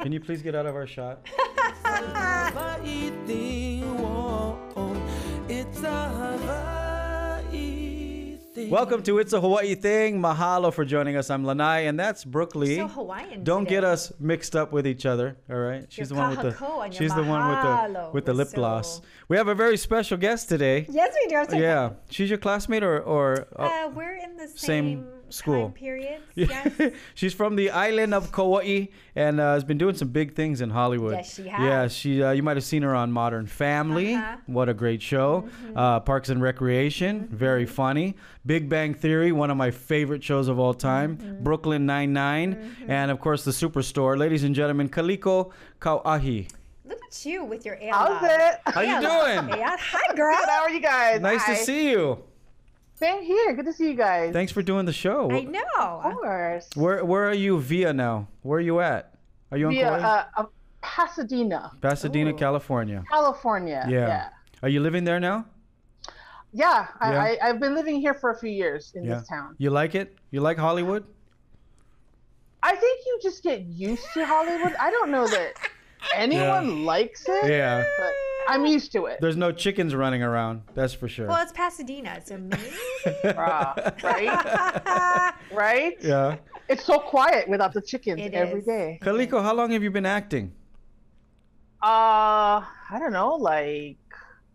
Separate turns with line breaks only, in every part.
Can you please get out of our shot? Welcome to It's a Hawaii Thing. Mahalo for joining us. I'm Lanai, and that's Brooke Lee.
So Hawaiian
Don't
today.
get us mixed up with each other. All right, she's
Your
the one with
kahakoa
the
and your
she's the one with the
mahalo
with the
was
lip gloss.
so-
We have a very special guest today.
Yes, we do. I was talking
Yeah, she's your classmate or or
about-
uh,
Uh, we're in the
Same
same,
school.
time periods.
yeah.
Yes.
she's from the island of Kauai and uh, has been doing some big things in Hollywood.
Yes, she has.
Yeah, she. Uh, you might have seen her on Modern Family.
Uh-huh. Mm-hmm.
What a great show! Uh, Parks and Recreation, very funny. Big Bang Theory, one of my favorite shows of all time.
Mm-hmm.
Brooklyn Nine and of course the Superstore. Ladies and gentlemen, Kaliko Kauahi.
Look at you with your ale.
How's it?
How you doing?
Hi, girl.
How are you guys?
Nice
Hi.
to see you.
Same here. Good to see you guys.
Thanks for doing the show.
I know.
of course.
Where Where are you via now? Where are you at? Are you in
Via,
Kauai?
uh, uh, Pasadena,
Pasadena,
Ooh.
California.
California.
Yeah.
Yeah.
Are you living there now?
Yeah,
Yeah.
I, I, I've been living here for a few years in this town.
You like it? You like Hollywood?
I think you just get used to Hollywood. I don't know that anyone likes it,
Yeah.
but I'm used to it.
There's no chickens running around, that's for sure.
Well, it's Pasadena, so maybe.
Rah, right? right?
yeah.
It's so quiet without the chickens
It
every
is.
day.
Kaliko, how long have you been acting?
Uh, I don't know, like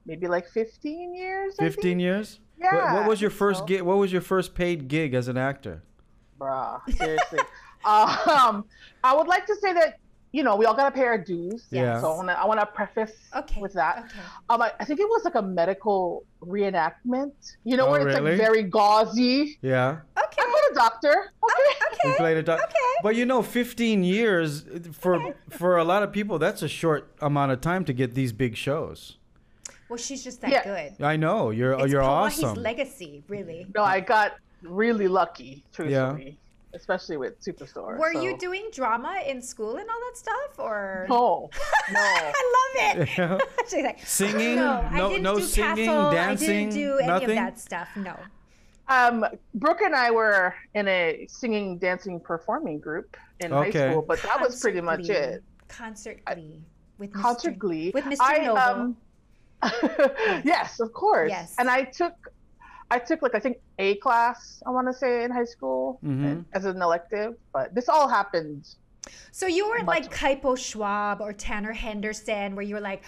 maybe like 15 years. I think?
15 years? What-
Yeah.
What, was your
I think
first
so.
gig? What was your first paid gig as an actor?
Bruh, seriously. um, I would like to say that you know we all gotta pay our dues.
Yeah.
So I wanna I wanna preface
Okay.
with that.
Okay.
Um, I, I think it was like a medical reenactment. You know
Oh,
where it's
really?
like very gauzy.
Yeah.
Okay. Oh,
I'm not a doctor. Okay.
You
Okay.
played a doc-
okay.
But you know, 15 years for for a lot of people, that's a short amount of time to get these big shows.
Well, she's just that
Yeah.
good.
I know. You're
It's
Oh, you're
Hawaii's
awesome.
legacy, really.
No, I got really lucky, truthfully, especially with Superstore.
Were
so-
you doing drama in school and all that stuff, or?
No, no.
I love it. She's like,
Singing?
No, I
No-
didn't
no
do
singing,
castle.
dancing,
I didn't do any
nothing?
of that stuff. No.
Um, Brooke and I were in a singing, dancing, performing group in
Okay.
high school, but that was pretty
Concert
much
Glee.
it.
Concert glee. With
Concert
Mr.
Glee.
With Mr.
I,
Noble.
um, yes, of course.
Yes.
And I took, I took like I think a class I want to say in high school
Mhm.
and- as an elective, but this all happened.
so you weren't
much
like Kaipo Schwab or Tanner Henderson, where you were like,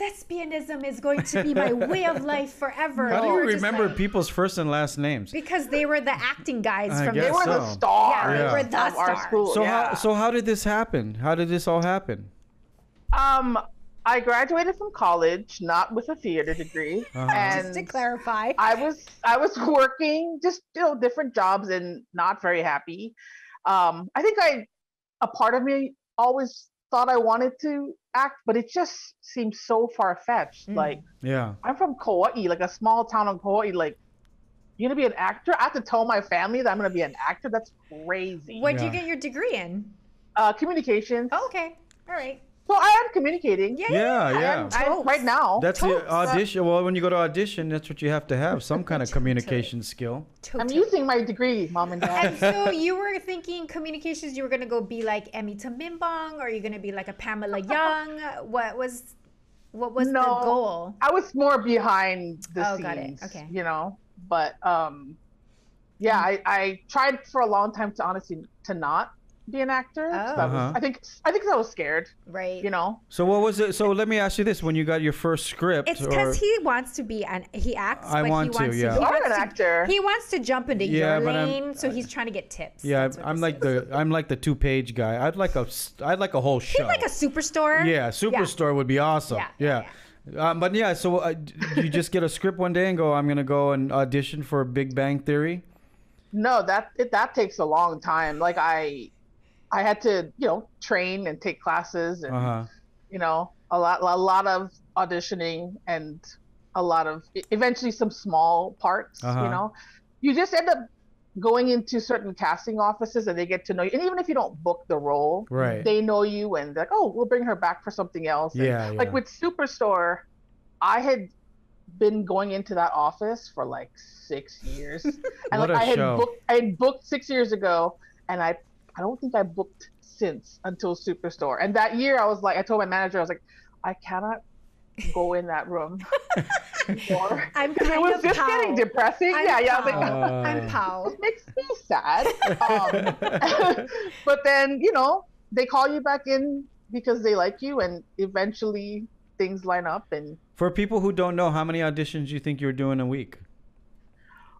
thespianism is going to be my way of life forever.
How do you
were just
remember
like-
people's first and last names?
because they were the acting guys
I
from
guess
They
the
were
so.
the
Yeah,
stars
they were
of
the
our
stars.
school.
So
yeah.
how so how did this happen? How did this all happen?
um, I graduated from college not with a theater degree,
Uh-huh.
and
Just to clarify.
I was I was working just you know different jobs and not very happy. Um, I think I a part of me always thought I wanted to act, but it just seemed so far fetched.
Mm.
Like
Yeah.
I'm from Kauai, like a small town in Kauai. Like you're gonna be an actor? I have to tell my family that I'm gonna be an actor. That's crazy.
What'd you
Yeah.
get your degree in?
Uh, communications.
Oh, okay. All right.
So I am communicating.
Yeah.
Yeah,
I
yeah.
am- I-
Totes.
right now.
That's
Totes.
the audition. Well, when you go to audition, that's what you have to have some kind of communication skill.
I'm
Totes.
using my degree, mom and dad.
And so you were thinking communications, you were going to go be like Emmy Tamimbong, or you going to be like a Pamela Young? What was, what was
No.
the goal?
I was more behind the
Oh,
scenes.
got it. Okay.
You know, but um, yeah, I, I tried for a long time to honestly to not be an actor. So that was-
Uh-huh.
I think I think 'cause I was scared.
Right.
You know.
So what was it? So let me ask you this: When you got your first script,
It's
or
because he wants to be an he acts.
I
but
want
he
to,
wants
yeah.
To, he
You are
wants
an
to-
actor.
He wants to jump into
Yeah,
your
but I'm-
lane, so he's trying to get tips.
yeah, I'm,
That's what
I'm
this
like
is.
the I'm like the two page guy. I'd like a s- I'd like a whole show.
He's like a superstore.
yeah, superstore would be awesome.
Yeah,
yeah.
yeah,
Um, but yeah, so uh, d- you just get a script one day and go, I'm gonna go and audition for Big Bang Theory.
No, that it, that takes a long time. Like I, I had to you know train and take classes and
Uh huh.
you know a lot a lot of auditioning and a lot of e, eventually some small parts
Uh-huh.
you know you just end up going into certain casting offices and they get to know you and even if you don't book the role
Right.
they know you and they're like oh we'll bring her back for something else And,
Yeah, yeah.
like with superstore i had been going into that office for like six years and
What
like
a
i had
show.
booked i had booked six years ago and i i don't think i booked since until Superstore. And that year, I was like, I told my manager, I was like, I cannot go in that room. anymore."
I'm kind
it was
of
just
Pao.
getting depressing.
I'm
yeah, yeah. I was
Pao.
like,
I'm
Uh.
Pao.
it makes me sad. Um, but then, you know, they call you back in because they like you, and eventually things line up. And
For people who don't know, how many auditions do you think you're doing a week?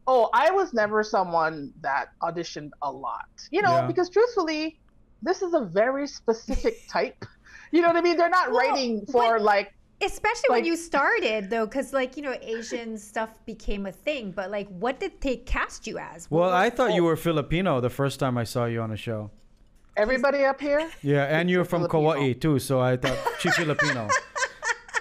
oh, I was never someone that auditioned a lot, you know,
Yeah.
because truthfully, this is a very specific type. You know what I mean? They're not
Well,
writing for like,
Especially when
Like-
you started, though, because like you know, Asian stuff became a thing. But like, what did they cast you as? What
Well,
was-
I thought you were Filipino the first time I saw you on a show.
everybody up here.
Yeah, and you're from
Filipino.
Kauai too, so I thought she's Filipino.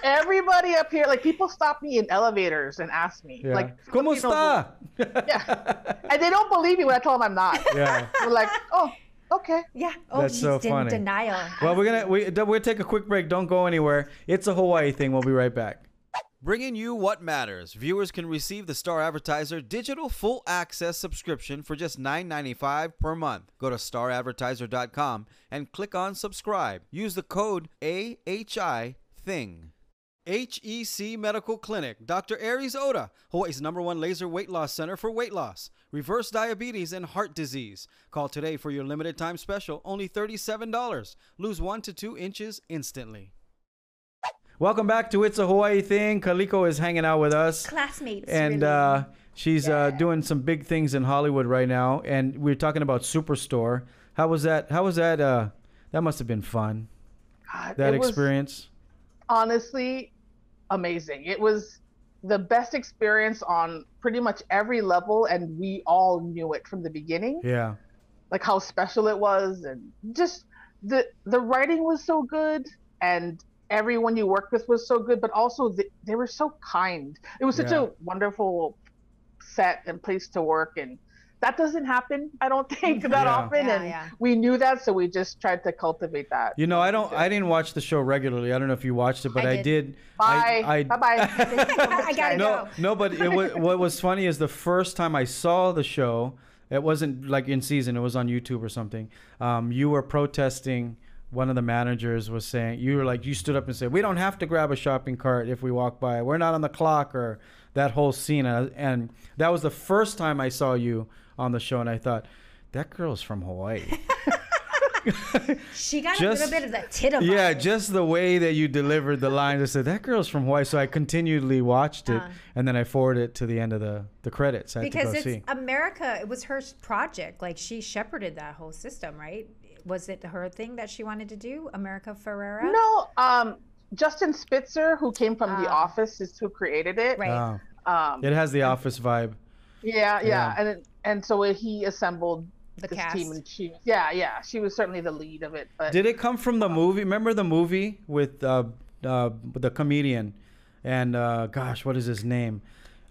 Everybody up here. Like people stop me in elevators and ask me,
Yeah.
like,
¿Cómo
Filipino
está?
Yeah. and they don't believe me when I tell them I'm not.
yeah.
They're like, oh, okay.
yeah. Oh,
That's
she's
so
in
funny.
denial.
Well, we're gonna we we'll take a quick break. Don't go anywhere. It's a Hawaii thing. We'll be right back. Bringing you what matters. Viewers can receive the Star Advertiser digital full access subscription for just $9.95 per month. Go to staradvertiser.com and click on subscribe. Use the code AHI thing. HEC E Medical Clinic, Dr. Aries Oda, Hawaii's number one laser weight loss center for weight loss, reverse diabetes, and heart disease. Call today for your limited time special, only $37. Lose one to two inches instantly. Welcome back to It's a Hawaii Thing. Kaliko is hanging out with us
Classmates.
and
really.
uh, she's uh, doing some big things in Hollywood right now. And we are talking about Superstore. How was that? How was that? Uh, that must have been fun.
God,
That
it was
experience.
honestly amazing. It was the best experience on pretty much every level, and we all knew it from the beginning,
Yeah.
like how special it was, and just the the writing was so good, and everyone you worked with was so good, but also the, they were so kind. It was such
Yeah.
a wonderful set and place to work, and that doesn't happen, I don't think, that
Yeah.
often,
Yeah,
and
yeah.
we knew that, so we just tried to cultivate that.
You know, I don't. I didn't watch the show regularly. I don't know if you watched it, but I
I
did.
did.
Bye.
I, I,
bye bye.
I gotta
no,
go.
no. But it was, what was funny is the first time I saw the show, it wasn't like in season. It was on YouTube or something. Um, you were protesting. One of the managers was saying, "You were like, you stood up and said, we don't have to grab a shopping cart if we walk by. We're not on the clock or that whole scene." And, and that was the first time I saw you on the show, and I thought, that girl's from Hawaii.
She got
Just-
a little bit of that tit of
Yeah, just the way that you delivered the lines. I said that girl's from Hawaii, so I continually watched it,
Uh.
and then I forwarded it to the end of the the credits. I had
because
to go
it's
see.
America. It was her project. Like she shepherded that whole system, right? Was it her thing that she wanted to do? America Ferrera.
No, um, Justin Spitzer, who came from The
Ah.
Office, is who created it.
Right.
Wow.
Um,
it has the Office vibe.
yeah, yeah,
Yeah.
and it- and so he assembled
The
this
cast.
team, and she, yeah, yeah, she was certainly the lead of it. But
Did it come from the movie? Remember the movie with uh, uh, the comedian, and uh, gosh, what is his name?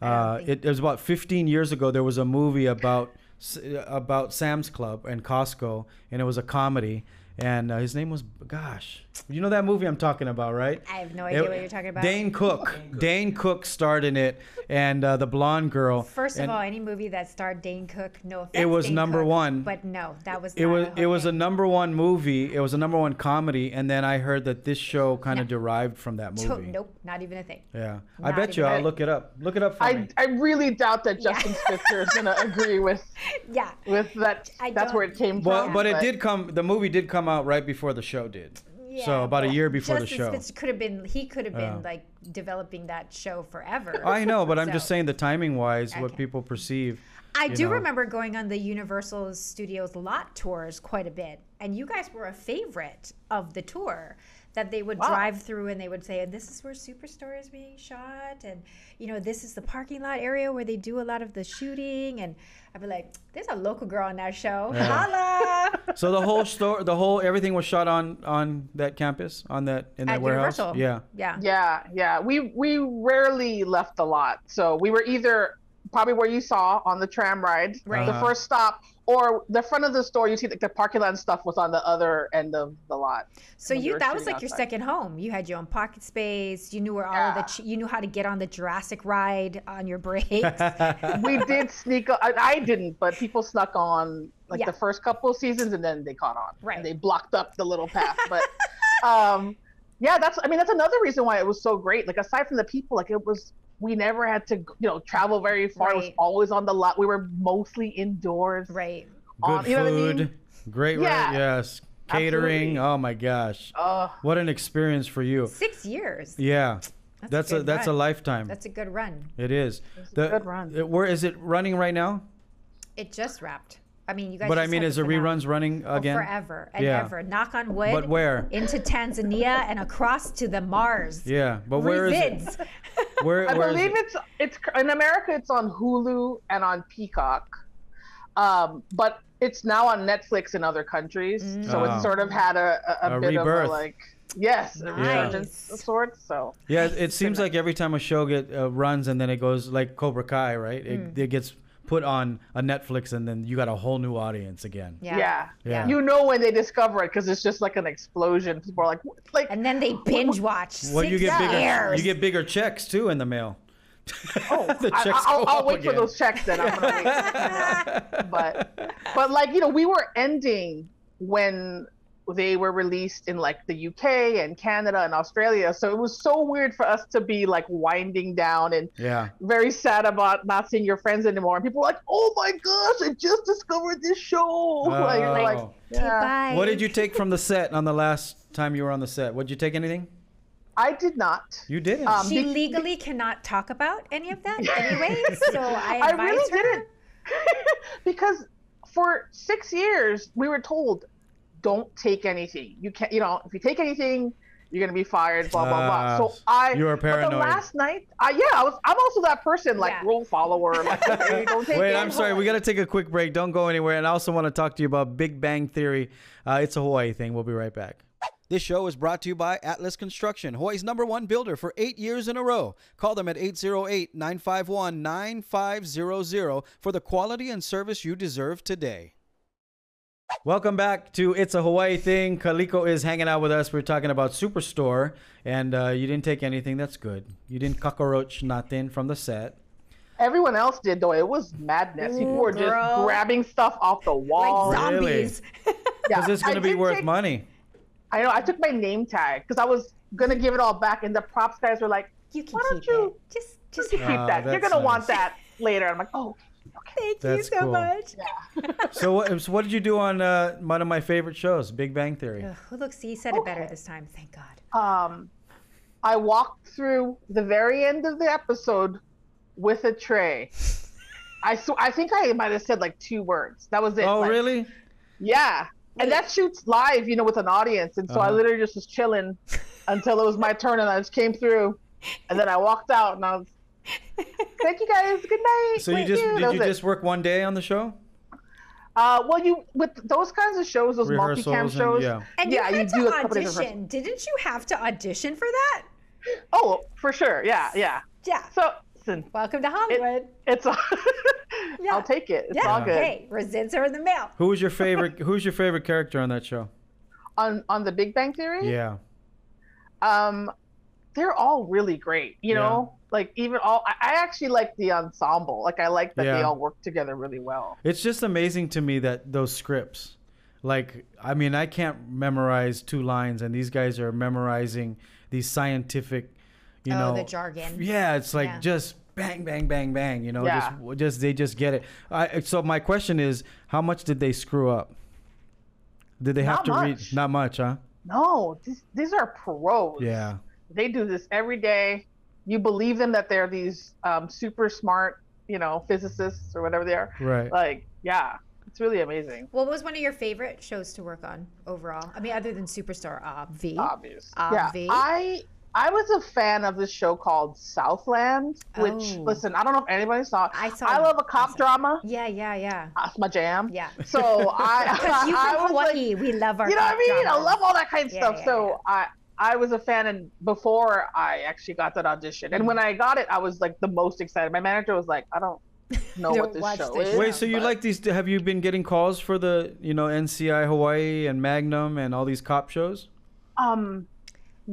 don't
Uh,
think-
it, it was about 15 years ago. There was a movie about s- uh, about Sam's Club and Costco, and it was a comedy. And uh, his name was gosh, you know that movie I'm talking about, right?
I have no idea what you're talking about.
Dane Cook. Dane Cook starred in it, and uh, the blonde girl.
First of
And
all, any movie that starred Dane Cook, no offense.
It was
Dane
number
Cook,
one.
But no, that was.
it
not
was
her
it was a
thing.
number one movie. It was a number one comedy, and then I heard that this show kind of derived from that
To-
movie.
nope, not even a thing.
Yeah, I
Not
bet you.
even-
I'll look it up. Look it up for
I,
me.
I really doubt that
Yeah.
Justin Spitzer is gonna agree with
Yeah.
with that.
I
that's where
don't-
it came
Well,
from.
but it did come. The movie did come out right before the show did.
Yeah,
so about a
but
year before
Justin
the show.
Spitzer could have been. He could have been
Yeah.
like developing that show forever.
I know, but I'm just
So-
saying the timing wise, what
Okay.
people perceive.
I
you
do
know.
remember going on the Universal Studios lot tours quite a bit, and you guys were a favorite of the tour. That they would
Wow.
drive through and they would say, "This is where Superstore is being shot," and you know, this is the parking lot area where they do a lot of the shooting. And I'd be like, "There's a local girl on that show, holla!"
So the whole store, the whole everything was shot on on that campus, on that in that
At
warehouse.
Universal,
Yeah.
yeah,
Yeah, yeah. We we rarely left the lot, so we were either probably where you saw on the tram ride,
Right.
the
Uh-huh.
first stop, or the front of the store. You see, like the parking lot and stuff was on the other end of the lot.
So
when we
you
were
that was
shooting
like your
outside.
second home. You had your own pocket space. You knew where all of the
Yeah.
ch- you knew how to get on the Jurassic ride on your breaks.
we did sneak. I, I didn't, but people snuck on like
Yeah.
the first couple of seasons, and then they caught on.
Right.
And they blocked up the little path, but um, yeah, that's. I mean, that's another reason why it was so great. Like aside from the people, like it was. We never had to, you know, travel very far. It was
Right.
always on the lot. We were mostly indoors.
Right.
Good
on- you know what I
food,
mean?
great, re-
Yeah.
yes, catering.
Absolutely.
Oh my gosh,
Uh,
what an experience for you.
Six years.
Yeah, that's, a
good
that's a
run.
lifetime.
That's a good run.
it is.
was a
The-
good run.
it- where is it running right now?
It just wrapped. I mean, you guys.
but I
just
mean,
had
is
the
the
finale.
reruns running
Oh,
again?
Forever and
Yeah.
ever. Knock on wood.
But where?
Into Tanzania and across to the Mars.
Yeah, but where is it?
Revids.
Where,
I
where is
believe
it?
it's it's in America. It's on Hulu and on Peacock, um, but it's now on Netflix in other countries. So
Ah.
it's sort of had a a, a,
A
bit
rebirth.
of a, like yes, a
Yeah.
resurgence of
Nice.
sorts. So
Yeah, it- it seems like every time a show get uh, runs and then it goes like Cobra Kai, right? It,
Hmm.
it gets put on a Netflix and then you got a whole new audience again.
Yeah.
yeah.
Yeah.
you know when they discover it because it's just like an explosion. People are like, "What?" like
And then they binge watch.
Well,
six
you get bigger,
years.
you get bigger checks too in the mail.
oh,
The
I,
checks
will
go up
I'll wait
again.
for those checks. Then I'm gonna wait. but but like you know we were ending when they were released in like the UK and Canada and Australia so it was so weird for us to be like winding down and
Yeah,
very sad about not seeing your friends anymore and people were like oh my gosh I just discovered this show like, you're like,
Oh.
Okay,
yeah.
bye.
what did you take from the set on the last time you were on the set? Would you take anything?
I did not
You didn't.
Um,
She
Be-
legally cannot talk about any of that anyway. So I
I
advise
really
her.
didn't because for six years we were told don't take anything. You can't, you know, if you take anything, you're gonna be fired. Blah blah
Ah,
blah. So I
you are
But the
paranoid.
last night, I yeah, I was. I'm also that person like
Yeah.
rule follower. Like don't take
Wait,
it.
I'm sorry. We got to take a quick break. Don't go anywhere. And I also want to talk to you about Big Bang Theory. Uh, it's a Hawaii thing. We'll be right back. This show is brought to you by Atlas Construction, Hawaii's number one builder for eight years in a row. Call them at 808 951 9500 for the quality and service you deserve today. Welcome back to It's a Hawaii Thing. Kaliko is hanging out with us. We're talking about Superstore, and uh, you didn't take anything. That's good. You didn't cockroach nothing from the set.
Everyone else did though. It was madness. People were just
Girl.
grabbing stuff off the wall.
Like
Really?
zombies.
Oh, Yeah,
Because it's
I
going to be
did
worth
take-
money.
I know. I took my name tag because I was gonna give it all back, and the props guys were like,
You can
"Why don't
keep
you
it. Just, just
just keep
Ah,
that? You're
that's
gonna want
nice.
that later." I'm like, "Oh,
thank you
That's
so
cool.
much.
so, what, so what did you do on uh, one of my favorite shows, Big Bang Theory?
Ugh, who looks? He said it better
Okay.
this time. Thank God.
um, I walked through the very end of the episode with a tray. I sw- I think I might have said like two words. That was it.
oh,
Like,
really?
Yeah, and that shoots live, you know, with an audience, and so I
Uh-huh.
literally just was chilling until it was my turn, and I just came through, and then I walked out, and I was, "Thank you guys, good night."
So you
thank
just
That
did you
was it.
just work one day on the show?
Uh, well, you with those kinds of shows, those multicam
Rehearsals and-
shows,
yeah.
And
yeah,
you had
do a
to
couple different rehearsals.
audition. Didn't you have to audition for that?
Oh, for sure, yeah, yeah.
Yeah.
So listen,
Welcome to Hollywood.
it's all,
Yeah.
I'll take it. It's
yeah.
all good.
Hey, resents are in the mail.
Who was your favorite? Who's your favorite character on that show?
On on the Big Bang Theory,
Yeah.
um, they're all really great. You
Yeah.
know, like even all I, I actually like the ensemble. Like I like that they
Yeah.
all work together really well.
It's just amazing to me that those scripts, like, I mean, I can't memorize two lines, and these guys are memorizing these scientific, you
Oh,
know,
the jargon.
Yeah, it's like
Yeah.
just bang, bang, bang, bang. You know,
Yeah.
just just they just get it. I, so my question is, how much did they screw up? Did they have
Not
to
much.
read? Not much, huh?
No, these these are pros.
Yeah.
they do this every day. You believe them that they're these um, super smart, you know, physicists or whatever they are.
Right.
Like, yeah, it's really amazing.
What was one of your favorite shows to work on overall? I mean, other than Superstar, uh, obvi.
Obvious.
Obvi.
Yeah, I I was a fan of this show called Southland, which
Oh.
listen, I don't know if anybody saw. it.
I saw
I love a
I
cop
saw-
drama.
Yeah, yeah, yeah.
That's my jam.
Yeah.
So I,
Because you
I
from
was like,
Hawaii, we love our
you know what I
cop
mean? I
dramas.
love all that kind of
Yeah,
stuff.
yeah,
so I I was a fan, and before I actually got that audition,
Mm-hmm.
and when I got it, I was like the most excited. My manager was like, I don't know
Don't
what this
watch
show
this
is.
Wait, so you
but-
like these? Have you been getting calls for the, you know, NCI Hawaii and Magnum and all these cop shows?
um.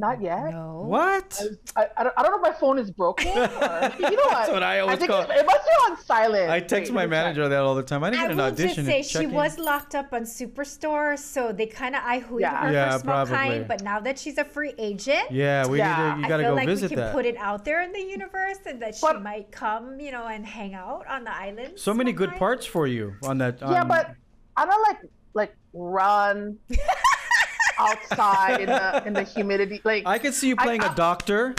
Not yet.
No.
What?
I, I, don't, I don't know if my phone is broken. Or, you know what?
That's what I always
think
call.
it, it must be on silent.
I text
Wait,
my
let me check.
manager that all the time. I didn't
I
get an
will
audition.
just say
It's
she
checking.
was locked up on Superstore, so they kind of I hooed
Yeah.
her
Yeah,
for small
probably.
kind. But now that she's a free agent,
Yeah, we
Yeah.
Need to, you got to
I feel
go
like we
visit
can
that.
put it out there in the universe, and that she
But-
might come, you know, and hang out on the island.
so many good
sometime.
parts for you on that. um,
Yeah,
on-
but I don't like like run outside in the in the humidity. Like
I could see you playing a
I-
doctor.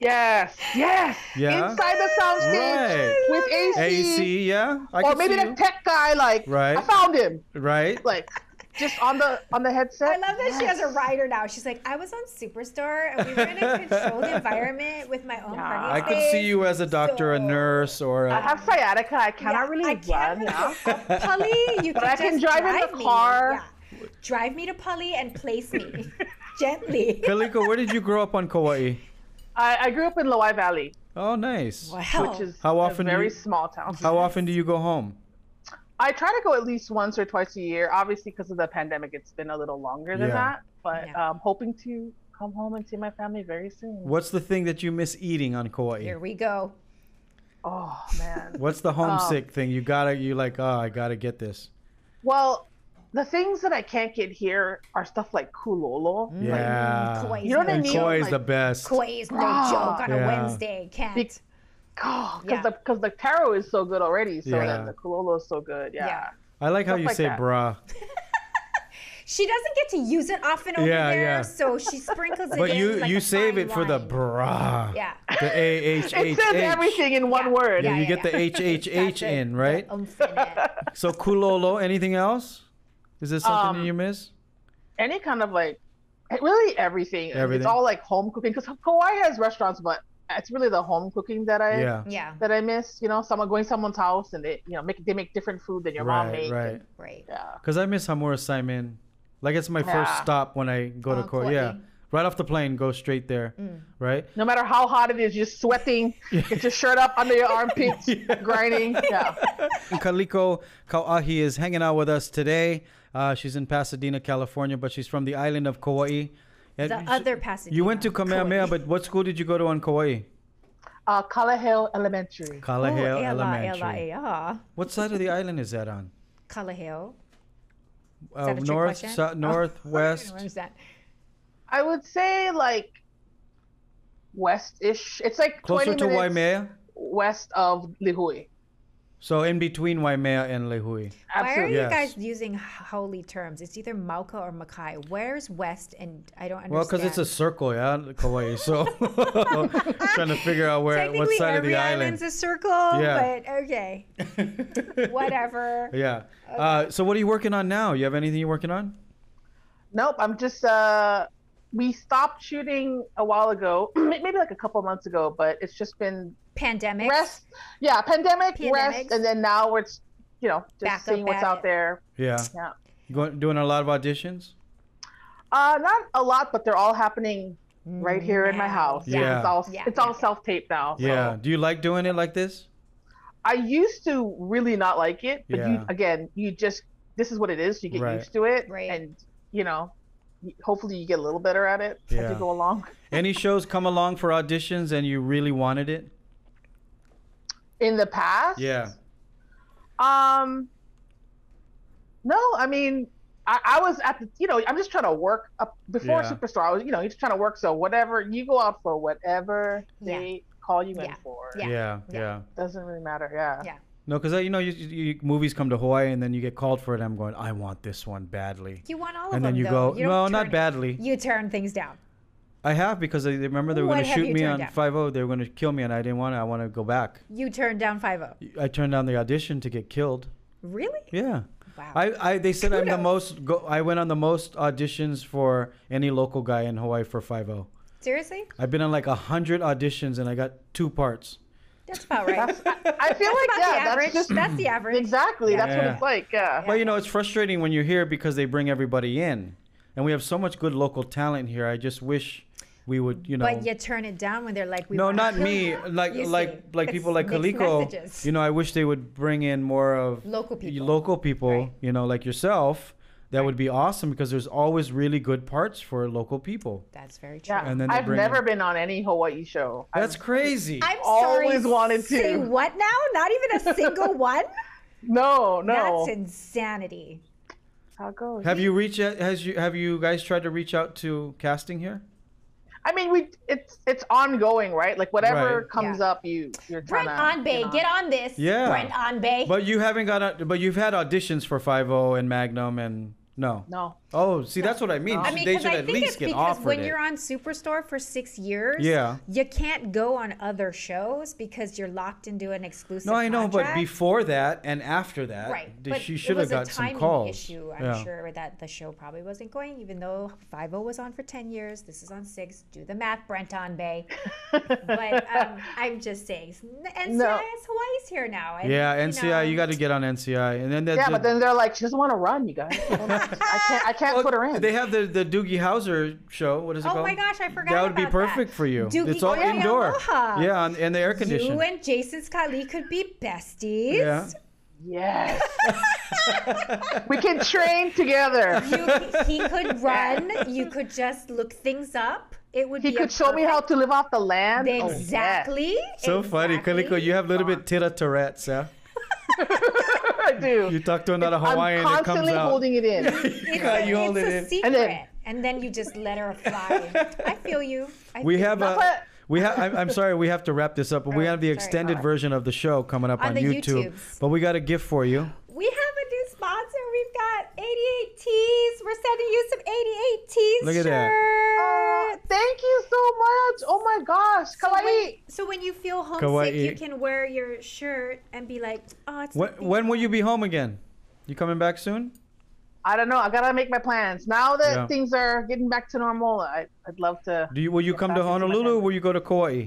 yes, yes,
Yeah.
inside the soundstage
Right.
with AC,
AC, yeah. I
or
could
maybe
see
the
you.
tech guy. Like
Right.
I found him.
right.
Like just on the on the headset.
I love that she has a
Yes.
rider now. She's like, I was on Superstore, and we were in a controlled environment with my own
Yeah.
party
I could see
space.
you as a doctor, a
So-
nurse, or
I
a,
have sciatica. I cannot
Yeah,
really
I can't
run.
really
now.
go up Pully. You
But
can
I can
just
drive in the
me.
car.
Yeah. Drive me to Pully and place me gently.
Kaliko. Where did you grow up on Kauai?
I, I grew up in Lawai Valley,
Oh, nice.
Wow.
which is
How
a
often do
very
you-
small town.
How often do you go home?
I try to go at least once or twice a year. Obviously, because of the pandemic, it's been a little longer than
Yeah.
that. But
Yeah.
um, hoping to come home and see my family very soon.
What's the thing that you miss eating on Kauai?
Here we go.
Oh man.
What's the homesick thing? You gotta, you like, oh, I gotta get this.
well, the things that I can't get here are stuff like kulolo. like,
Mm. Yeah.
Kauai's
You know what I
no
and
mean?
joke.
Kauai is
Mm, Like-
the best.
Kauai is no
Ah.
joke on
Yeah.
a Wednesday. Can't.
Big- Oh, because
Yeah.
the because the taro is so good already. So
Yeah.
then the kulolo is so good. Yeah.
Yeah.
I like how
Stuff
you
like
say
that.
bra.
She doesn't get to use it often over
Yeah,
there,
yeah.
so she sprinkles it
But
in.
you
like
you
a
save
fine
it for the
wine.
bra.
Yeah.
The A H
It
H
says
H.
everything in one
Yeah.
word.
Yeah,
Yeah,
you
yeah,
get the
yeah.
H H H
Exactly.
in, right?
Oomph in it.
So Kulolo, anything else? Is this something that
Um,
you miss?
Any kind of like, really everything.
Everything.
It's all like home cooking because Hawaii has restaurants, but it's really the home cooking that I
Yeah.
uh, Yeah.
that I miss. You know, someone going to someone's house and they, you know, make they make different food than your mom
Right,
made.
right.
Right.
Yeah.
Because I miss Hamura Simon. Like it's my first
Yeah.
stop when I go to
On Mm.
Kauai.
Kauai.
Yeah. Right off the plane, go straight there. Right?
No matter how hot it is, you're sweating. Get your shirt up under your armpits, grinding. Yeah.
Kaliko Kauahi is hanging out with us today. Uh, she's in Pasadena, California, but she's from the island of Kauai. And
The
you-
other passage.
you went to Kamehameha, but what school did you go to on Kauai?
Uh, Kalahale Elementary.
Oh,
Kalahale Elementary.
Ela,
What side of the island is that on?
Kalahale.
Uh,
that a trick
north,
question?
sou-
Oh.
north,
I
west.
don't understand.
I would say like west-ish. It's like
Closer
20
to
minutes
Waimea.
west of Lihue.
So in between Waimea and Lehui.
Why are
Absolutely.
you
Yes.
guys using holy terms? It's either Mauka or Makai. Where's West? And I don't understand.
Well, because it's a circle, yeah, Kauai. So trying to figure out where,
Technically,
what side of
every
the island.
island's a circle,
Yeah.
but okay, whatever.
Yeah. Uh, so what are you working on now? You have anything you're working on?
Nope, I'm just uh we stopped shooting a while ago, maybe like a couple months ago, but it's just been
Pandemic.
rest. Yeah, pandemic, rest,
Pandemics.
and then now we're just, you know just
Back up
seeing what's
at
out
it.
there.
Yeah.
Yeah.
Going, doing a lot of auditions.
Uh, not a lot, but they're all happening right here in my house.
Yeah.
It's all
Mm-hmm. Yeah.
it's all self taped now. so.
Yeah. Do you like doing it like this?
I used to really not like it, but
Yeah.
you again, you just this is what it is. You get
Right.
used to it,
Right.
and you know, y- hopefully you get a little better at it as
Yeah.
you go along.
Any shows come along for auditions and you really wanted it?
In the past,
Yeah.
Um, no, I mean, I, I was at the, you know, I'm just trying to work up before
Yeah.
Superstar. I was, you know, you're just trying to work. So whatever you go out for, whatever
Yeah.
they call you in
Yeah.
for,
Yeah.
Yeah.
Yeah.
Yeah.
doesn't really matter. Yeah.
Yeah.
No, because you know, you, you, you- movies come to Hawaii and then you get called for it. I'm going, I want this one badly.
You want all of
And
them,
then you
though.
go,
You
no,
don't
not
turn-
badly.
You turn things down.
I have because they, they remember they were going
What
to
have
shoot
you
me
turned
on
down?
Five O. They were going to kill me, and I didn't want it. I want to go back.
You turn down five zero.
I turned down the audition to get killed.
Really?
Yeah.
Wow.
I, I they said I'm the
Kudos.
most go, I went on the most auditions for any local guy in Hawaii for 50.
Seriously?
I've been on like 100 auditions and I got two parts.
That's about right.
That's, I, I
That's
feel like,
about the
yeah,
average.
that's just
that's the average.
exactly, that's what
Yeah.
it's like. Yeah.
Well, you know, it's frustrating when you're here because they bring everybody in. And we have so much good local talent here. I just wish we would, you know.
But you turn it down when they're like, we
no,
wanna
not
kill
me.
you.
Like
You
like
see,
like
it's
people like
mixed
Kaliko.
messages.
You know, I wish they would bring in more of
Local
y-
people.
Local people,
Right.
you know, like yourself that would be awesome because there's always really good parts for local people.
That's very true.
Yeah,
And then they
I've
bring
never
in-
been on any Hawaii show.
That's
I've-
crazy.
I'm
always
sorry,
wanted
Say
to.
what now? Not even a single one?
no, no.
That's insanity.
How it goes.
have you reached? out- Has you have you guys tried to reach out to casting here?
I mean, we it's it's ongoing, right? Like whatever
Right.
comes
Yeah.
up, you you're trying
Brent
to
Onbay, get on this.
Yeah.
Brent Onbay.
But you haven't got. au- But you've had auditions for Five O and Magnum and no.
No,
Oh, see, that's what I mean.
No.
I
Should-
mean,
they
because
should
I
at
think it's
least get
because
offered
when
it.
you're on Superstore for six years,
Yeah.
you can't go on other shows because you're locked into an exclusive.
no, I know, but uh,
contract.
before that and after that,
right,
they-
but
she
it
should
was
have
a
got
timing
some calls.
Issue, I'm
Yeah.
sure that the show probably wasn't going, even though Five O was on for ten years. This is on six. Do the math, Brent on Bay. but um, I'm just saying, NCIS
No.
Hawaii's here now. and,
Yeah,
you
NCI, you,
know,
got to get on NCI, and then the,
yeah,
the,
but then they're like, she doesn't want to run, you guys. I can't, I can't
Well,
put her in.
They have the the Doogie Howser show. What is it
Oh
called?
my gosh, I forgot
That would be
about that.
perfect for you.
Doogie
it's all
Howser Oh,
indoor.
Aloha.
Yeah, and, and the air conditioning.
You and Jason's Kali could be besties.
yeah.
Yes. we can train together.
you, he could run. You could just look things up. It would
He
be a
could show me how to live off the land. Oh, yes.
exactly.
So funny,
exactly.
Kaliko. You have a little bit Tita Tourette's, yeah.
I do.
You talk to another Hawaiian,
I'm
it comes
constantly
out.
holding it in.
It's,
Yeah,
a,
you hold
it's
it
a
in.
secret,
And
and
then-
then, you just let her fly. I feel you. I
We
feel
have
you.
a.
what-
We have. I'm, I'm sorry. We have to wrap this up, but we
Oh,
have the
sorry.
extended
Alright.
version of the show coming up on,
On the
YouTube.
YouTubes.
But we got a gift for you.
we have a new sponsor. We've got 88 tees. We're sending you some 88 tees.
Look at
shirts.
that.
Uh, thank you so much. Oh my gosh.
So when-
Kawaii.
So when you feel homesick,
Kawaii.
you can wear your shirt and be like, "Oh, it's
When, when will you be home again? You coming back soon?
I don't know. I gotta make my plans now that
Yeah.
things are getting back to normal. I, I'd love to.
Do you will you
Get
come
back
to
into my
Honolulu or
family.
will you go to Kauai?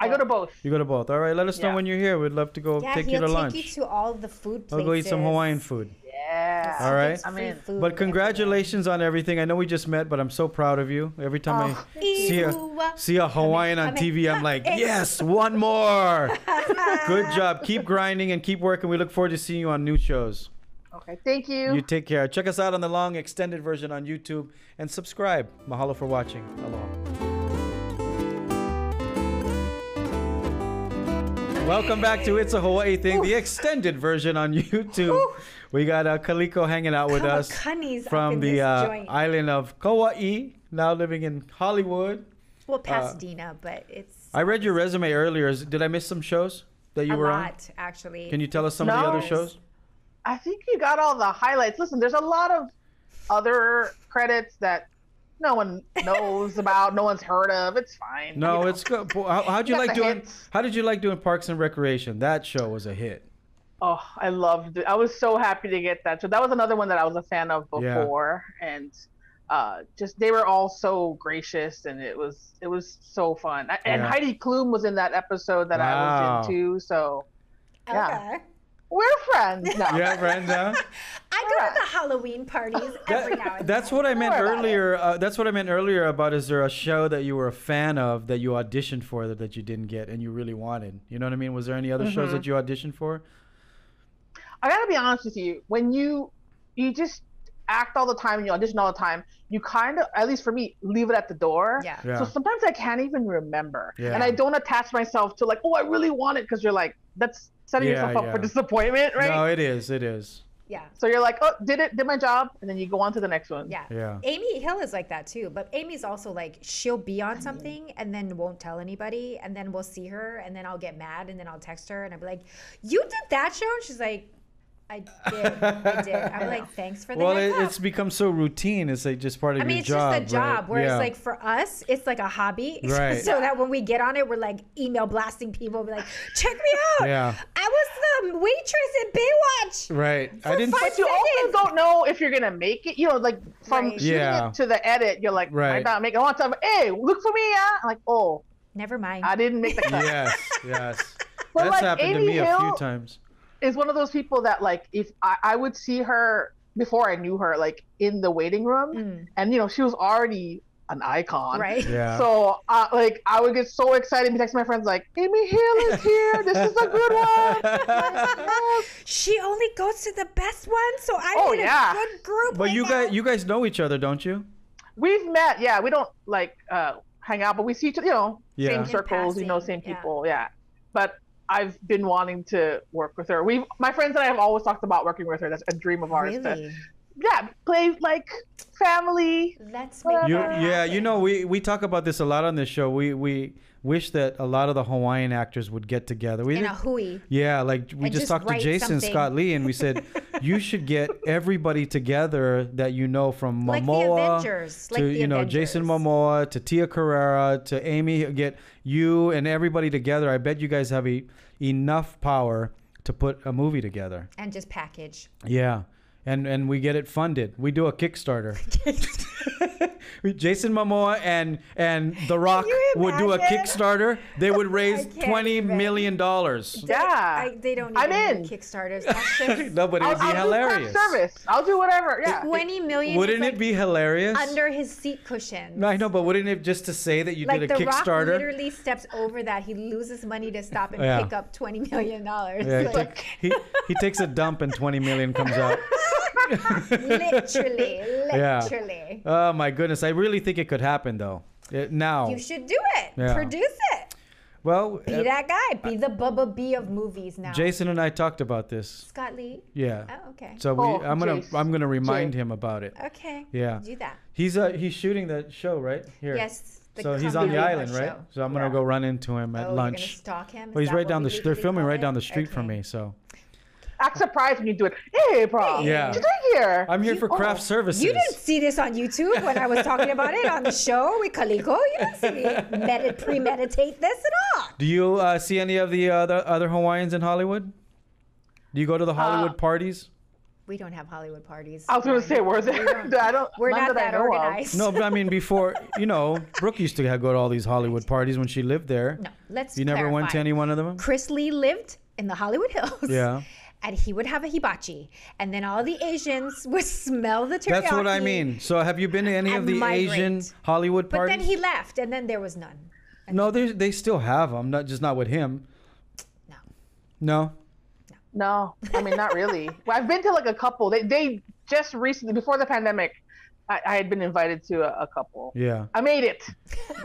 I go to both.
You go to both. All right. Let us know
Yeah.
when you're here. We'd love to go
Yeah,
take you
he'll
to
take
lunch.
you to all the food
I'll
places.
go eat some Hawaiian food.
Yeah.
All right.
I'm in.
But congratulations on everything. I know we just met, but I'm so proud of you. Every time
Oh,
I see a, see a Hawaiian on
come here.
TV, I'm like, yes, one more. Good job. Keep grinding and keep working. We look forward to seeing you on new shows.
Okay. Thank you.
You take care. Check us out on the long extended version on YouTube and subscribe. Mahalo for watching. Aloha. Welcome back to It's a Hawaii Thing, the extended version on YouTube. We got uh, Kaliko hanging out with us
Kamakani's up
from
in
the
this
uh,
joint.
island of Kauai, now living in Hollywood. uh,
well, Pasadena, but it's
I read your resume earlier. Is- Did I miss some shows that you
a
were on?
lot, actually.
Can you tell us some of the other
No.
shows?
I think you got all the highlights. Listen, there's a lot of other credits that no one knows about, no one's heard of. It's fine.
No,
You know.
it's good. Bo- How, how'd you
Got
like
the
doing?
hints.
How did you like doing Parks and Recreation? That show was a hit.
Oh, I loved it. I was so happy to get that. So that was another one that I was a fan of
Yeah.
before, and uh, just they were all so gracious, and it was it was so fun. I, and
Yeah.
Heidi Klum was in that episode that I was
Wow.
in too. So yeah.
Okay.
we're friends now.
Yeah, Brenda.
I go to the Halloween parties every now and then.
that's what I meant
More about
earlier. Uh, that's what I meant earlier about is there a show that you were a fan of that you auditioned for that, that you didn't get and you really wanted? You know what I mean? Was there any other shows that you
Mm-hmm.
auditioned for?
I gotta be honest with you. When you you just act all the time and you audition all the time, you kind of, at least for me, leave it at the door.
Yeah.
Yeah.
So sometimes I can't even remember,
Yeah.
and I don't attach myself to like, oh, I really want it, because you're like, that's setting
Yeah,
yourself up for
yeah.
disappointment, right?
No, it is. It is.
Yeah.
So you're like, oh, did it, did my job, and then you go on to the next one.
Yeah.
Yeah.
Amy Hill is like that too, but Amy's also like she'll be on something and then won't tell anybody, and then we'll see her, and then I'll get mad, and then I'll text her, and I'll be like, "You did that show," and she's like, "I did, I did." I'm like, "Thanks for the
Well,
heads
it,
up."
it's become so routine. It's like just part of
I mean,
your
it's
job.
just a job.
right?
Whereas,
Yeah.
like for us, it's like a hobby.
Right.
so that when we get on it, we're like email blasting people, be like, "Check me out!
Yeah.
I was the waitress at Baywatch."
right. I didn't.
five-
But you also
Seconds.
don't know if you're gonna make it. You know, like from
Right.
shooting
Yeah.
it to the edit, you're like,
Right.
I not make. it. I want to. Hey, look for me, yeah. I'm like, oh,
Never mind.
I didn't make the cut.
yes. Yes.
But,
That's
like,
happened to
Amy
me a few
Hill-
times.
Is one of those people that like, if I, I would see her before I knew her, like in the waiting room,
Mm.
and you know, she was already an icon.
right?
Yeah.
So, uh, like, I would get so excited and text my friends, like, Amy Hill is here. This is a good one. Yes.
She only goes to the best one, so I'm
Oh,
in
yeah.
a good group.
but
right
you
now.
guys, you guys know each other, don't you?
We've met. Yeah, we don't like uh, hang out, but we see each other, you know,
Yeah.
same
In
circles, you know,
passing,
same
yeah.
people. Yeah. But I've been wanting to work with her. We've, my friends and I have always talked about working with her. That's a dream of ours. to-
really?
yeah, play like family.
Let's
Well,
make
You,
that
yeah, you
happen.
know, we, we talk about this a lot on this show. We we wish that a lot of the Hawaiian actors would get together. We
in a
did-
hui.
yeah, like we
and
just
just
talked to
write
Jason
something.
Scott Lee, and we said you should get everybody together that you know from
Like the
Momoa
Avengers,
to
like the
you know Jason
Avengers.
Momoa to Tia Carrera to Amy. Get you and everybody together. I bet you guys have e- enough power to put a movie together.
and just package.
Yeah. And and we get it funded. We do a Kickstarter. We- Jason Momoa and and The Rock
you
would do a
imagine?
Kickstarter. They would raise
can't
twenty
even.
million dollars.
Yeah.
I, they don't even
I'm
do
in.
Kickstarters. That shit's
No, but it would be
I'll, I'll do
hilarious.
craft service. I'll do whatever. Yeah.
twenty million. is,
Wouldn't
like,
it be hilarious?
under his seat cushion?
No, I know, but wouldn't it just to say that you
Like
did a
the Rock
Kickstarter?
literally steps over that. He loses money to stop and
Yeah.
pick up twenty million dollars.
Yeah, he,
like,
take- he, he takes a dump and twenty million comes out.
literally,
Yeah.
literally.
Oh my goodness! I really think it could happen though. It, now,
You should do it.
Yeah.
Produce it.
well,
Be
uh,
that guy. Be the Bubba B of movies now.
Jason and I talked about this.
Scott Lee.
Yeah.
Oh, okay.
So we,
Oh,
I'm gonna
Jace.
I'm gonna remind
Jay.
him about it.
okay.
Yeah.
Do that.
He's uh he's shooting that show right here.
Yes. the
so he's on
comedy
the island,
show.
right? So I'm gonna
Yeah.
go run into him at
Oh,
lunch.
You're gonna stalk him?
Well, he's
Is that
right
what
down
we
the street. They're
legally
filming
call
right
it?
down the street from
Okay.
me, so
act surprised when you do it. Hey, bro.
Yeah.
Did you hear?
I'm here
You-
for craft
oh,
services.
You didn't see this on YouTube when I was talking about it on the show with Calico. You didn't see me medit- premeditate this at all.
Do you uh, see any of the other other Hawaiians in Hollywood? Do you go to
Uh,
the Hollywood parties?
We don't have Hollywood parties.
I was gonna say, where's it? I don't.
We're
none
not
I
that
know of.
organized.
No, but I mean before you know, Brooke used to ha- go to all these Hollywood parties when she lived there.
No, let's
You never went to
clarify.
any one of them.
Chris Lee lived in the Hollywood Hills.
Yeah.
And he would have a hibachi. And then all the Asians would smell the teriyaki.
That's what I mean. So have you been to any of
And
the
migrate.
Asian Hollywood
But
parties?
then he left, and then there was none.
no, they they still have them. Not just not with him.
No.
No.
No, I mean not really. well, I've been to like a couple. They they just recently before the pandemic, I, I had been invited to a, a couple.
Yeah.
I made it.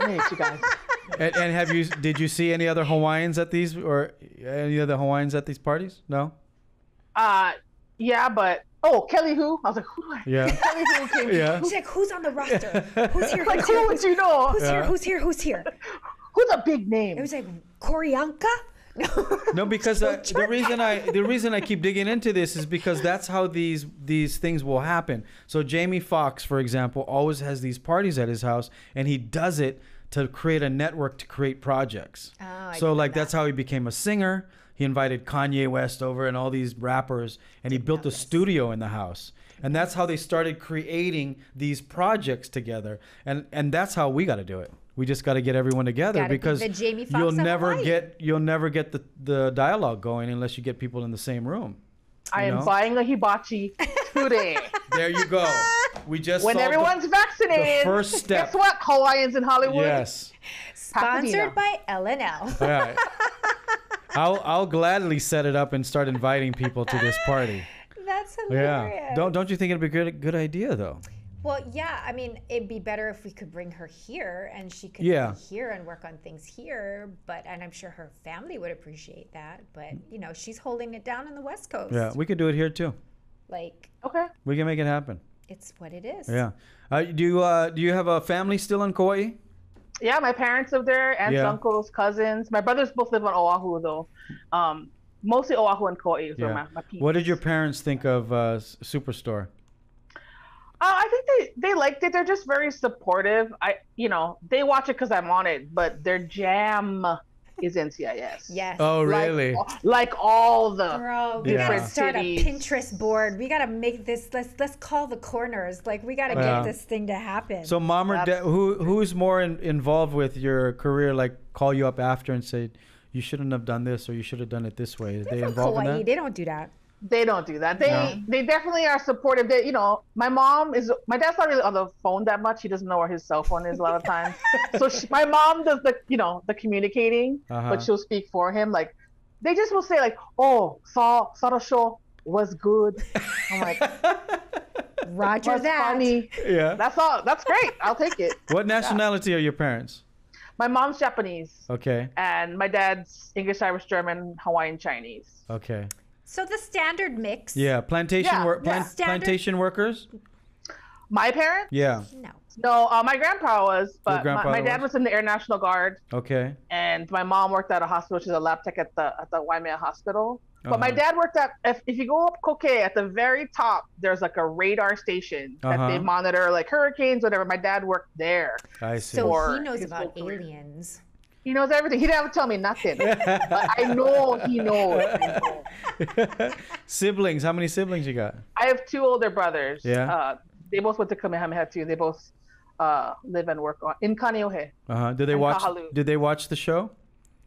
I made it, you guys.
and, and have you did you see any other Hawaiians at these or any other Hawaiians at these parties? No.
Uh, yeah, but oh, Kelly, who? I was like, who do I?
Yeah.
Kelly, who came?
Yeah.
She's like, who's on the roster? Who's here?
Like,
Who's
who
here?
would you know?
Who's here?
Yeah.
Who's here? Who's here?
Who's a big
It
name?
was like Corianca.
No, because uh, the reason I the reason I keep digging into this is because that's how these these things will happen. So Jamie Foxx, for example, always has these parties at his house, and he does it to create a network to create projects.
Oh, I
so
didn't know
like that's how he became a singer. He invited Kanye West over and all these rappers, and he built a studio in the house. And that's how they started creating these projects together. And and that's how we got to do it. We just got to get everyone together
Gotta be
because
the Jamie Foxx
you'll
of
never
Hawaii.
get you'll never get the, the dialogue going unless you get people in the same room.
I am
know?
buying a hibachi today.
There you go. We just solved
when
the-
everyone's vaccinated.
first step.
Guess what? Hawaiians in Hollywood.
yes.
Sponsored by L and L.
All right. I'll I'll gladly set it up and start inviting people to this party.
That's
Yeah.
hilarious.
Don't don't you think it'd be a good good idea though?
Well, yeah. I mean, it'd be better if we could bring her here and she could
Yeah.
be here and work on things here. But and I'm sure her family would appreciate that. But you know, she's holding it down on the West Coast.
Yeah, we could do it here too.
Like
Okay.
We can make it happen.
it's what it is.
Yeah. Uh, do you uh, do you have a family still in Kauai?
Yeah, my parents live there, aunts,
Yeah.
uncles, cousins. My brothers both live on Oahu though. Um, mostly Oahu and Kauai is where my, my peeps.
What did your parents think of uh, S- Superstore?
Uh, I think they they liked it. They're just very supportive. I you know they watch it because I'm on it, but their jam is NCIS.
Yes.
Oh,
Like-
really?
Like all the.
Bro, we
Different
gotta start
cities.
a Pinterest board. We gotta make this. Let's let's call the corners. Like we gotta
Yeah.
get this thing to happen.
So, mom or dad, who who's more in, involved with your career? Like, call you up after and say, "You shouldn't have done this," or "You should have done it this way." Is they
From
involved in
Kauai,
that?
they don't do that.
they don't do that. They
No.
they definitely are supportive. They you know, my mom is my dad's not really on the phone that much. He doesn't know where his cell phone is a lot of times. so she, my mom does the you know the communicating,
Uh-huh.
but she'll speak for him. Like they just will say like, oh, saw saw the show was good. I'm like,
Roger
was
that.
funny.
yeah.
That's all. That's great. I'll take it.
what nationality are your parents?
My mom's Japanese,
Okay.
and my dad's English, Irish, German, Hawaiian, Chinese.
Okay.
So the standard mix.
Yeah. Plantation
Yeah,
wor-
yeah.
plan-
Standard-
plantation workers.
My parents.
Yeah.
No.
No, uh, my grandpa was, but my-
grandfather
my, dad
was?
was? in the Air National Guard,
Okay.
and my mom worked at a hospital. She's a lab tech at the at the Waimea Hospital. But my
Uh-huh.
dad worked at if, if you go up Coquet at the very top, there's like a radar station that
Uh-huh.
they monitor like hurricanes, whatever. My dad worked there.
I see.
So
Or
he knows
his
about
whole career.
aliens.
He knows everything. He didn't have to tell me nothing, but I know he knows. I know.
siblings. How many siblings you got?
I have two older brothers.
Yeah.
Uh, they both went to Kamehameha too. They both uh, live and work on, in Kaneohe.
Uh huh. Did they
And
watch?
Kahaloo.
Did they watch the show?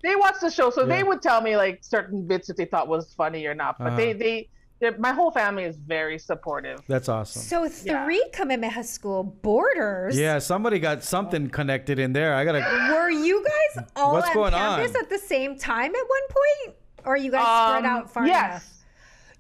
they watched the show, so
Yeah.
they would tell me like certain bits that they thought was funny or not. But they
Uh-huh.
they they're- my whole family is very supportive.
That's awesome.
So
Yeah.
three Kamehameha school borders.
yeah. Somebody got something connected in there. I gotta.
Were you guys all
What's
on
going
campus
on?
at the same time at one point? Or you guys spread
Um,
out far enough?
yes,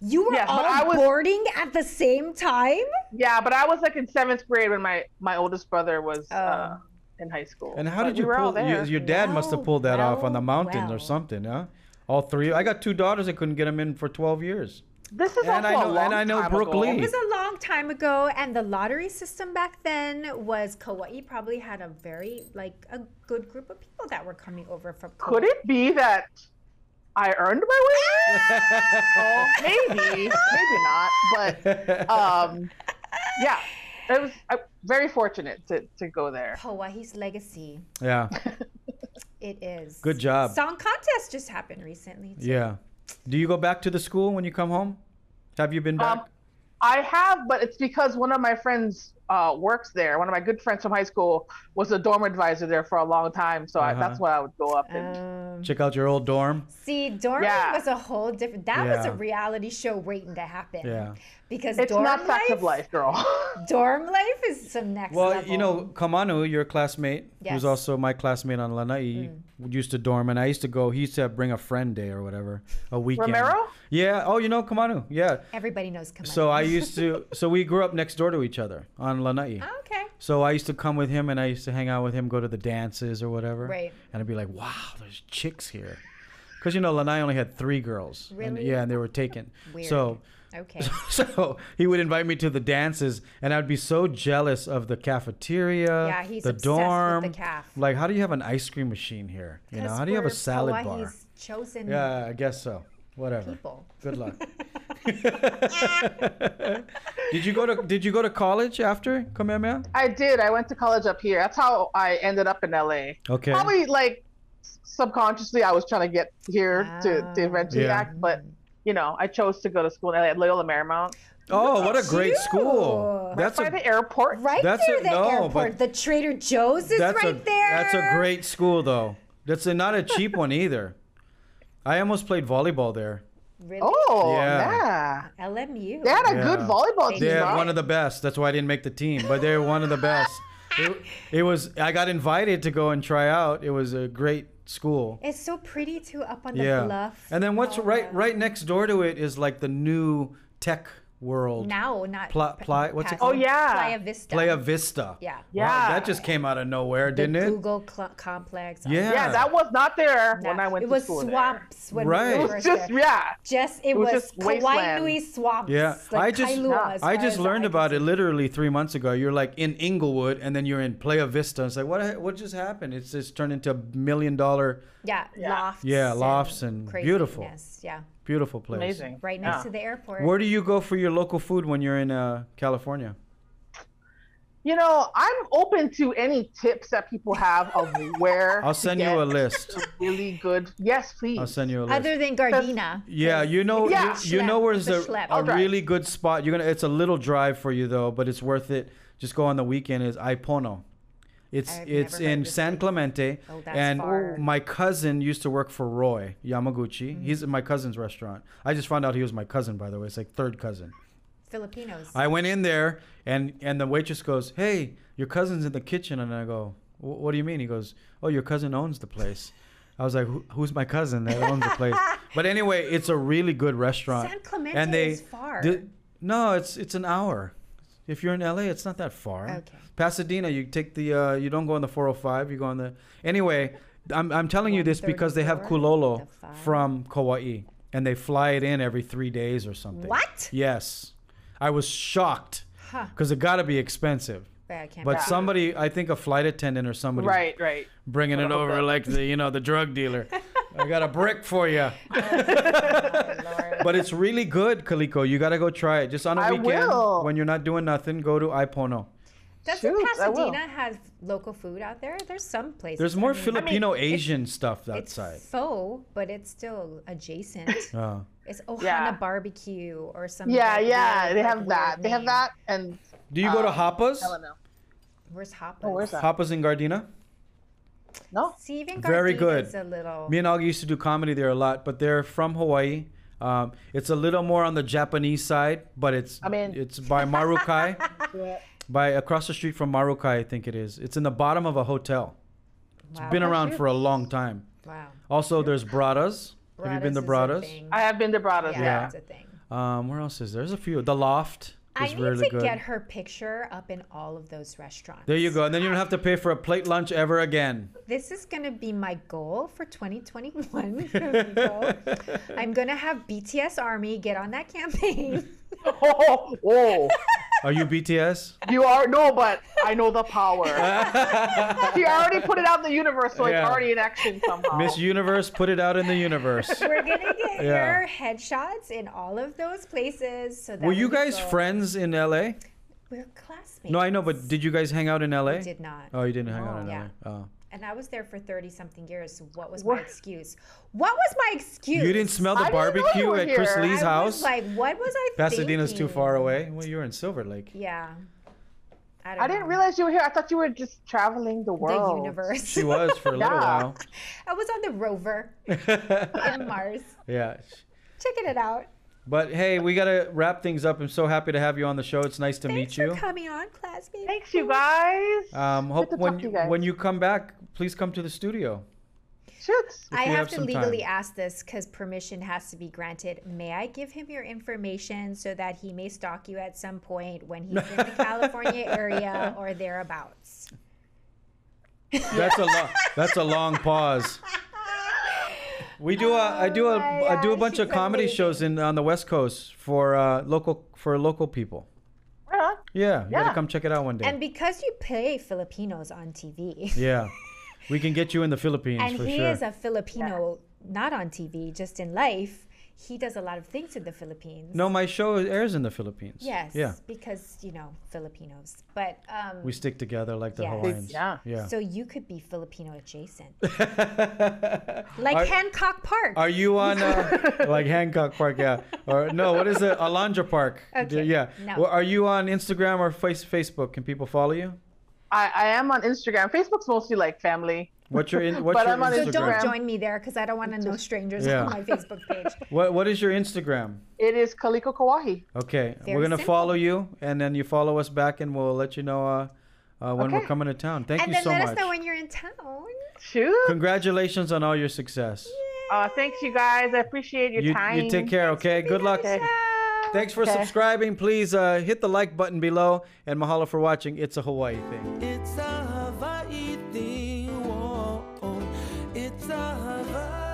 You were
Yes,
all
but I was-
boarding at the same time?
yeah, but I was like in seventh grade when my my oldest brother was uh,
Oh.
in high school.
And how
But
did
we
you
were all
pull? Your,
there.
your dad must have
Well,
pulled that off on the
well,
mountains or
well.
something, huh? All three. I got two daughters. I couldn't get them in for 12 years.
This is
and I
also a
know- and
long
I know
time
Brooke
ago.
Lee.
It was a long time ago, and the lottery system back then was Kauai probably had a very like a good group of people that were coming over from Kauai.
Could it be that I earned my way? oh, maybe, maybe not. But um, yeah, it was i very fortunate to to go there.
Kauai's legacy.
yeah.
It is.
Good job.
Song contest just happened recently. too.
Yeah. Do you go back to the school when you come home? Have you been back?
Um, I have, but it's because one of my friends uh, works there. One of my good friends from high school was a dorm advisor there for a long time, so I,
Uh-huh.
that's when I would go up and.
Um,
Check out your old dorm.
see, dorm
Yeah.
was a whole different. That was a
Yeah.
reality show waiting to happen.
Yeah.
Because
it's
dorm
not
life,
fact of life, girl.
Dorm life is some next
Well,
level.
you know, Kamanu, your classmate, who's
Yes.
also my classmate on Lanai,
Mm.
used to dorm, and I used to go. He used to bring a friend day or whatever, a weekend.
Romero?
Yeah. Oh, you know Kamanu. Yeah.
everybody knows. Kamala.
So I used to. So we grew up next door to each other on Lanai.
Oh, okay.
So I used to come with him, and I used to hang out with him, go to the dances or whatever.
Right.
And I'd be like, "Wow, there's chicks here," because you know Lanai only had three girls. and-
Really?
yeah, and they were taken.
Weird.
So
Okay.
so he would invite me to the dances, and I'd be so jealous of the cafeteria,
Yeah, he's
the
obsessed with the
dorm.
caf.
Like, how do you have an ice cream machine here? You know,
'Cause
how do you have a
we're
salad bar?
Kauai's chosen
Yeah, I guess so. Whatever.
people.
Good luck. did you go to Did you go to college after Kamehameha?
I did. I went to college up here. That's how I ended up in LA.
Okay.
Probably like subconsciously, I was trying to get here to, to
Ah.
eventually
Yeah.
act, but you know, I chose to go to school in LA at Loyola Marymount,
Oh, what a
at
great
you.
school!
Right
That's
by
a
the airport.
Right
That's
through
a-
the
no, but-
airport. The Trader Joe's is
that's
right
a
there.
that's a great school though. That's a, not a cheap one either. I almost played volleyball there.
Really?
Oh,
Yeah.
yeah.
LMU.
They had a good
Yeah.
volleyball team.
They had
right?
one of the best. That's why I didn't make the team, but they're one of the best. It, it was. I got invited to go and try out. It was a great school.
It's so pretty too up on the
Yeah.
bluff.
And then what's
all
right
that.
right next door to it is like the new tech world.
now? Not
Pla- pla- what's it
Pas-
called?
Oh, yeah.
Playa Vista.
Playa Vista.
Yeah.
Wow,
Yeah.
that just came out of nowhere,
The
didn't it?
Google cl- complex. all
Yeah.
that.
yeah, that was not there
Nah,
when I went
it
to
was
school. there.
swamps when
Right.
we
It
were
was
first
It's just
there.
yeah.
just it,
it was
was,
just wasteland.
Kauai swamps.
Yeah,
like
I just
Kailua, as
I
far
just
as
learned
eye
about
can
it literally three months ago. You're like in Inglewood, and then you're in Playa Vista. It's like what what just happened? It's just turned into a million dollar
see. Yeah,
Yeah.
lofts.
Yeah, lofts and beautiful.
craziness. Yeah,
beautiful place.
Amazing.
right next
Yeah.
to the airport.
Where do you go for your local food when you're in uh, California?
You know, I'm open to any tips that people have of where.
I'll
to
send you a
get
list.
Really good. Yes, please.
I'll send you a list.
Other than Gardena.
yeah, you know,
Yeah.
you, you know
Schlep.
where's
The
a,
schlep.
a
I'll drive.
really good spot. You're gonna. It's a little drive for you though, but it's worth it. Just go on the weekend. Is Ipono. It's
I've
it's
never heard
in
this
San
place.
Clemente,
Oh, that's
and
far.
my cousin used to work for Roy Yamaguchi.
Mm-hmm.
He's in my cousin's restaurant. I just found out he was my cousin, by the way. It's like third cousin.
Filipinos.
I went in there, and and the waitress goes, "Hey, your cousin's in the kitchen," and I go, "Wh- "What do you mean?" He goes, "Oh, your cousin owns the place." I was like, Who, "Who's my cousin that owns the place?" But anyway, it's a really good restaurant.
San Clemente is far.
no, it's it's an hour. If you're in LA, it's not that far.
Okay.
Pasadena, you take the uh, you don't go on the 405, you go on the Anyway, I'm I'm telling you this because they have
134,
Kulolo
the five.
from Kauai and they fly it in every 3 days or something.
What?
Yes. I was shocked
Huh.
because it got to be expensive.
But I can't.
But
believe-
somebody, I think a flight attendant or somebody,
Right, right.
bringing it
Well,
over
that-
like the you know the drug dealer. I got a brick for you.
Oh, Lord.
But it's really good, Kaliko. You got to go try it. Just on a
I
weekend
will.
when you're not doing nothing, go to Ipono.
Doesn't
Shoot, I will.
Pasadena have local food out there? There's some places.
There's
I
more
mean,
Filipino Asian stuff outside.
It's faux, but it's still adjacent.
Uh,
it's Ohana
Yeah.
Barbecue or some.
Yeah,
like,
yeah.
weird,
They
like,
have
weird
that. They have
name.
that and
do you go to
Um,
Hapas?
I don't know.
Where's Hoppas?
Oh, where's that?
Hapas in Gardena?
No.
See, even
Very
Gardena
good.
is a little.
Me and Augie used to do comedy there a lot, but they're from Hawaii. Um, it's a little more on the Japanese side, but it's
I mean-
it's by Marukai,
Yeah.
by across the street from Marukai, I think it is. It's in the bottom of a hotel.
wow.
Been around for a long time.
Wow.
Also, there's Bradas. Have you been to
Bradas is a
Bradas?
thing.
I have been to Bradas.
Yeah,
Yeah.
Yeah.
it's a thing.
Um, where else is there? There's a few. The Loft
I
is
need
really
to
good.
get her picture up in all of those restaurants.
there you go, and then you don't have to pay for a plate lunch ever again.
This is gonna be my goal for 2021. Nico. I'm gonna have BTS Army get on that campaign.
Oh, oh.
Are you BTS?
You are no, but I know the power. she already put it out in the universe, so
Yeah.
it's already in action somehow.
Miss Universe, put it out in the universe.
We're gonna get
Yeah.
your headshots in all of those places. So that
Were
when
you
we
guys
go-
friends in LA?
We're classmates.
No, I know, but did you guys hang out in LA?
I did not.
Oh, you didn't hang out in
No. Yeah.
LA. Oh.
And I was there for 30 something years. So what was my
What?
excuse? What was my excuse?
You didn't smell the
I didn't know you
barbecue
were
at Chris
here.
Lee's
I
house.
Was like, what was I
Pasadena's too
thinking?
far away. Well, you were in Silver Lake.
Yeah. don't
I didn't
know.
realize you were here. I thought you were just traveling the world.
The universe.
She was for a little
Yeah.
while.
I was on the rover in Mars.
yeah.
Checking it out.
But hey, we got to wrap things up. I'm so happy to have you on the show. It's nice to
Thanks
meet you.
for coming on, classmate.
Thanks, you guys.
Um, hope
to
when
talk to
you,
you guys.
when you come back, please come to the studio.
Shoots.
if
I
you
have,
have
to
some
legally
time.
ask this because permission has to be granted. May I give him your information so that he may stalk you at some point when he's in the California area or thereabouts?
That's a long. That's a long pause. We do a, I do a,
Oh
I do a
my
bunch
gosh,
of
it's
comedy
amazing.
shows in on the West Coast for uh, local for local people.
Right on.
Yeah, you gotta
Yeah.
come check it out one day.
And because you play Filipinos on TV,
yeah, we can get you in the Philippines
and
for
he
sure.
is a Filipino, not on TV, just in life, he does a lot of things in the Philippines.
no, my show airs in the Philippines.
Yes.
Yeah,
Because you know Filipinos, but um,
we stick together like the
Yes.
Hawaiians.
Yeah.
Yeah.
so you could be Filipino adjacent, like Hancock Park.
Are you on uh, like Hancock Park? Yeah. Or no, what is it? Alondra Park.
Okay,
Yeah.
no.
Well, are you on Instagram or face Facebook? Can people follow you?
I, I am on Instagram. Facebook's mostly like family.
What's your in, what's
But
your
I'm on
so
Instagram?
don't
Instagram.
join me there because I don't want to know strangers
Yeah.
on my Facebook page.
What what is your Instagram?
It is Kaliko Kawahi.
Okay,
Very
we're gonna
simple.
follow you, and then you follow us back, and we'll let you know uh, uh, when we're
Okay.
coming to town. Thank
and
you
then
so
let
much.
us know when you're in town.
Shoot.
Congratulations on all your success.
Uh, thanks, you guys. I appreciate your
you,
time.
you take care. Okay. Good luck.
Okay.
Uh,
Thanks for
Okay.
subscribing. Please uh, hit the like button below, and mahalo for watching. It's a Hawaii thing.
It's a Hawaii thing. Whoa. It's a Hawaii.